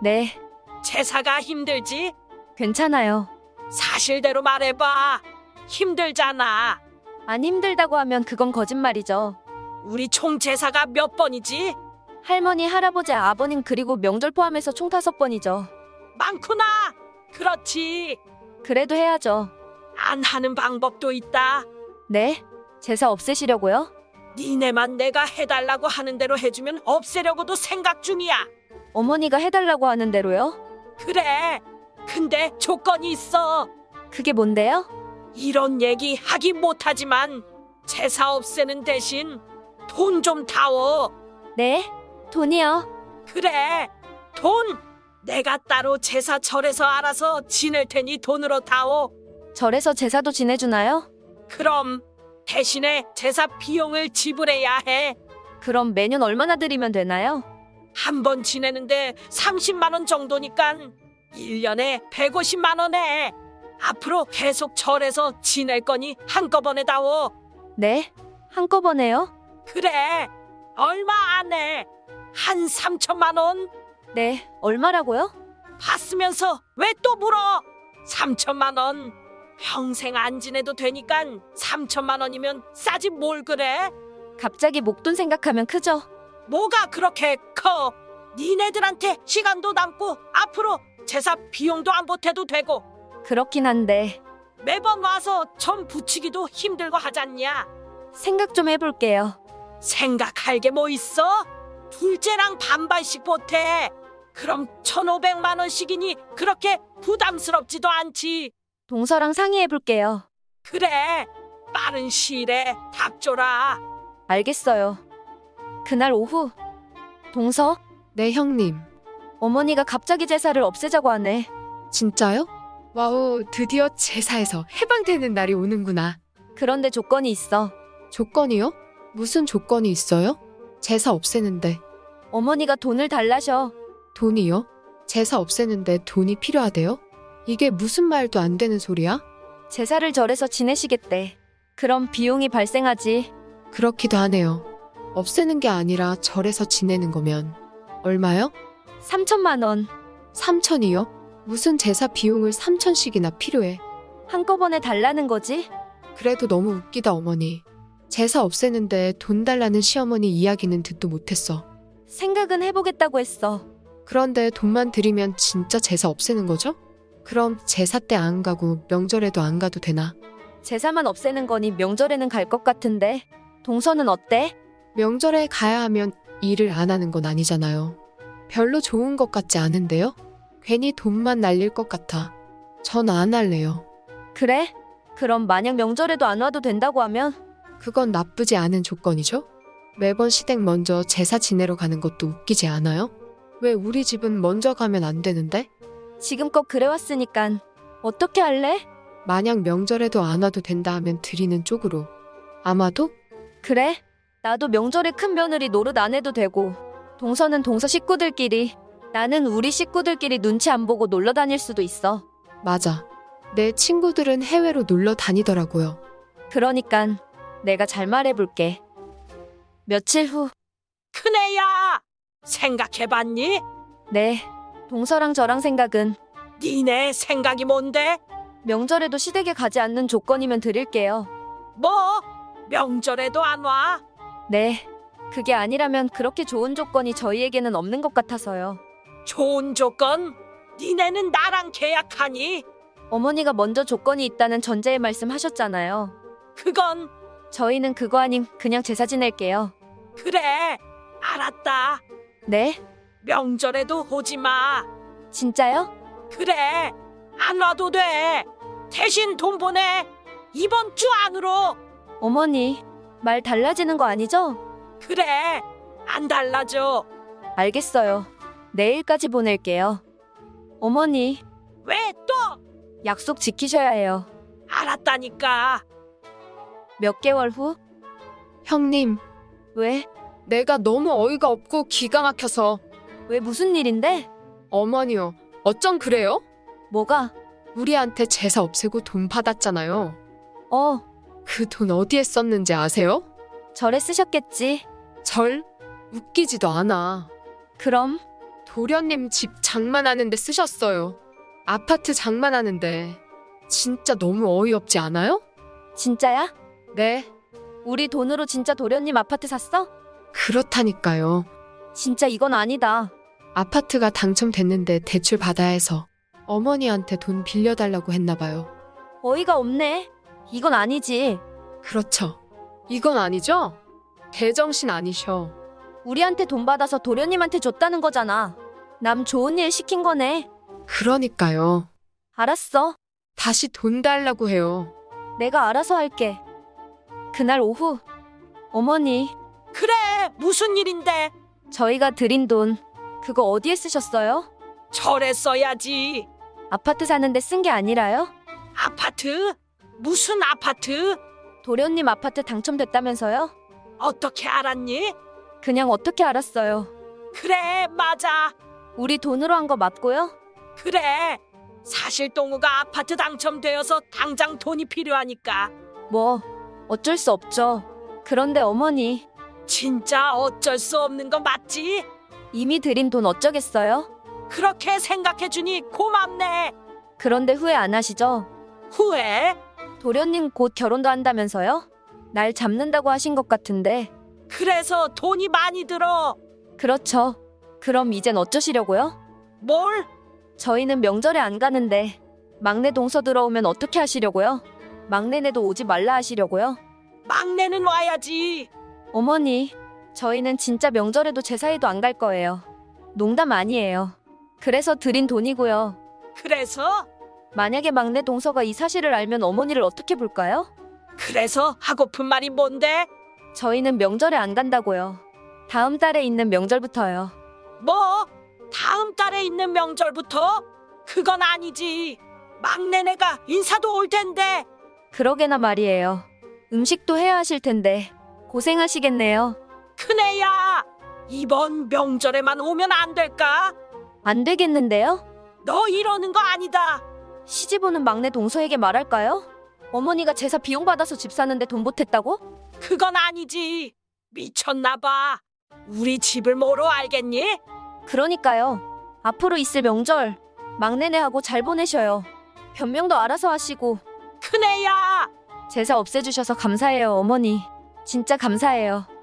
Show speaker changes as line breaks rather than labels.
네,
제사가 힘들지?
괜찮아요.
사실대로 말해봐. 힘들잖아.
안 힘들다고 하면 그건 거짓말이죠.
우리 총 제사가 몇 번이지?
할머니, 할아버지, 아버님 그리고 명절 포함해서 총 다섯 번이죠.
많구나. 그렇지.
그래도 해야죠.
안 하는 방법도 있다.
네? 제사 없애시려고요?
니네만 내가 해달라고 하는 대로 해주면 없애려고도 생각 중이야.
어머니가 해달라고 하는 대로요?
그래. 근데 조건이 있어.
그게 뭔데요?
이런 얘기 하긴 못하지만 제사 없애는 대신 돈 좀 타워.
네? 돈이요?
그래. 돈. 내가 따로 제사 절에서 알아서 지낼 테니 돈으로 타오.
절에서 제사도 지내주나요?
그럼 대신에 제사 비용을 지불해야 해.
그럼 매년 얼마나 드리면 되나요?
한 번 지내는데 30만 원 정도니까 1년에 150만 원에 앞으로 계속 절에서 지낼 거니 한꺼번에 다오.
네? 한꺼번에요?
그래. 얼마 안 해. 한 3천만 원
네, 얼마라고요?
봤으면서 왜 또 물어? 3천만 원. 평생 안 지내도 되니까 3천만 원이면 싸지 뭘 그래?
갑자기 목돈 생각하면 크죠?
뭐가 그렇게 커? 니네들한테 시간도 남고 앞으로 제사 비용도 안 보태도 되고
그렇긴 한데,
매번 와서 점 붙이기도 힘들고 하잖냐.
생각 좀 해볼게요.
생각할 게 뭐 있어? 둘째랑 반반씩 보태. 그럼 1,500만 원씩이니 그렇게 부담스럽지도 않지.
동서랑 상의해볼게요.
그래. 빠른 시일에 답 줘라.
알겠어요. 그날 오후, 동서,
네, 형님.
어머니가 갑자기 제사를 없애자고 하네.
진짜요? 와우, 드디어 제사에서 해방되는 날이 오는구나.
그런데 조건이 있어.
조건이요? 무슨 조건이 있어요? 제사 없애는데
어머니가 돈을 달라셔.
돈이요? 제사 없애는데 돈이 필요하대요? 이게 무슨 말도 안 되는 소리야?
제사를 절에서 지내시겠대. 그럼 비용이 발생하지.
그렇기도 하네요. 없애는 게 아니라 절에서 지내는 거면 얼마요?
3천만 원.
3천이요? 무슨 제사 비용을 3천씩이나 필요해?
한꺼번에 달라는 거지?
그래도 너무 웃기다 어머니. 제사 없애는데 돈 달라는 시어머니 이야기는 듣도 못했어.
생각은 해보겠다고 했어.
그런데 돈만 드리면 진짜 제사 없애는 거죠? 그럼 제사 때 안 가고 명절에도 안 가도 되나?
제사만 없애는 거니 명절에는 갈 것 같은데. 동서는 어때?
명절에 가야 하면 일을 안 하는 건 아니잖아요. 별로 좋은 것 같지 않은데요? 괜히 돈만 날릴 것 같아. 전 안 할래요.
그래? 그럼 만약 명절에도 안 와도 된다고 하면
그건 나쁘지 않은 조건이죠? 매번 시댁 먼저 제사 지내러 가는 것도 웃기지 않아요? 왜 우리 집은 먼저 가면 안 되는데?
지금껏 그래왔으니깐 어떻게 할래?
만약 명절에도 안 와도 된다 하면 드리는 쪽으로. 아마도
그래? 나도 명절에 큰 며느리 노릇 안 해도 되고 동서는 동서 식구들끼리 나는 우리 식구들끼리 눈치 안 보고 놀러 다닐 수도 있어.
맞아. 내 친구들은 해외로 놀러 다니더라고요.
그러니깐 그러니까 내가 잘 말해볼게. 며칠 후,
큰애야. 생각해봤니?
네. 동서랑 저랑 생각은
니네 생각이 뭔데?
명절에도 시댁에 가지 않는 조건이면 드릴게요.
뭐? 명절에도 안 와?
네. 그게 아니라면 그렇게 좋은 조건이 저희에게는 없는 것 같아서요.
좋은 조건? 니네는 나랑 계약하니?
어머니가 먼저 조건이 있다는 전제의 말씀 하셨잖아요.
그건
저희는 그거 아님 그냥 제사 지낼게요.
그래. 알았다.
네?
명절에도 오지 마.
진짜요?
그래. 안 와도 돼. 대신 돈 보내. 이번 주 안으로.
어머니, 말 달라지는 거 아니죠?
그래. 안 달라져.
알겠어요. 내일까지 보낼게요. 어머니,
왜 또?
약속 지키셔야 해요.
알았다니까.
몇 개월 후?
형님,
왜?
내가 너무 어이가 없고 기가 막혀서
왜 무슨 일인데?
어머니요. 어쩜 그래요?
뭐가?
우리한테 제사 없애고 돈 받았잖아요.
어,
그 돈 어디에 썼는지 아세요?
절에 쓰셨겠지.
절? 웃기지도 않아.
그럼
도련님 집 장만하는데 쓰셨어요. 아파트 장만하는데. 진짜 너무 어이없지 않아요?
진짜야?
네,
우리 돈으로 진짜 도련님 아파트 샀어?
그렇다니까요.
진짜 이건 아니다.
아파트가 당첨됐는데 대출 받아야 해서 어머니한테 돈 빌려달라고 했나봐요.
어이가 없네. 이건 아니지.
그렇죠. 이건 아니죠? 제정신 아니셔.
우리한테 돈 받아서 도련님한테 줬다는 거잖아. 남 좋은 일 시킨 거네.
그러니까요.
알았어.
다시 돈 달라고 해요.
내가 알아서 할게. 그날 오후, 어머니,
그래, 무슨 일인데?
저희가 드린 돈, 그거 어디에 쓰셨어요?
절에 써야지.
아파트 사는데 쓴 게 아니라요?
아파트? 무슨 아파트?
도련님 아파트 당첨됐다면서요?
어떻게 알았니?
그냥 어떻게 알았어요?
그래, 맞아.
우리 돈으로 한 거 맞고요?
그래. 사실 동우가 아파트 당첨되어서 당장 돈이 필요하니까.
뭐, 어쩔 수 없죠. 그런데 어머니,
진짜 어쩔 수 없는 거 맞지?
이미 드린 돈 어쩌겠어요?
그렇게 생각해주니 고맙네.
그런데 후회 안 하시죠?
후회?
도련님 곧 결혼도 한다면서요? 날 잡는다고 하신 것 같은데.
그래서 돈이 많이 들어.
그렇죠. 그럼 이젠 어쩌시려고요?
뭘?
저희는 명절에 안 가는데 막내 동서 들어오면 어떻게 하시려고요? 막내네도 오지 말라 하시려고요?
막내는 와야지.
어머니, 저희는 진짜 명절에도 제사에도 안 갈 거예요. 농담 아니에요. 그래서 드린 돈이고요.
그래서?
만약에 막내 동서가 이 사실을 알면 어머니를 어떻게 볼까요?
그래서 하고픈 말이 뭔데?
저희는 명절에 안 간다고요. 다음 달에 있는 명절부터요.
뭐? 다음 달에 있는 명절부터? 그건 아니지. 막내네가 인사도 올 텐데.
그러게나 말이에요. 음식도 해야 하실 텐데 고생하시겠네요.
큰애야. 이번 명절에만 오면 안 될까?
안 되겠는데요?
너 이러는 거 아니다.
시집 오는 막내 동서에게 말할까요? 어머니가 제사 비용 받아서 집 사는데 돈 보탰다고?
그건 아니지. 미쳤나 봐. 우리 집을 뭐로 알겠니?
그러니까요. 앞으로 있을 명절 막내네하고 잘 보내셔요. 변명도 알아서 하시고
큰애야.
제사 없애주셔서 감사해요 어머니. 진짜 감사해요.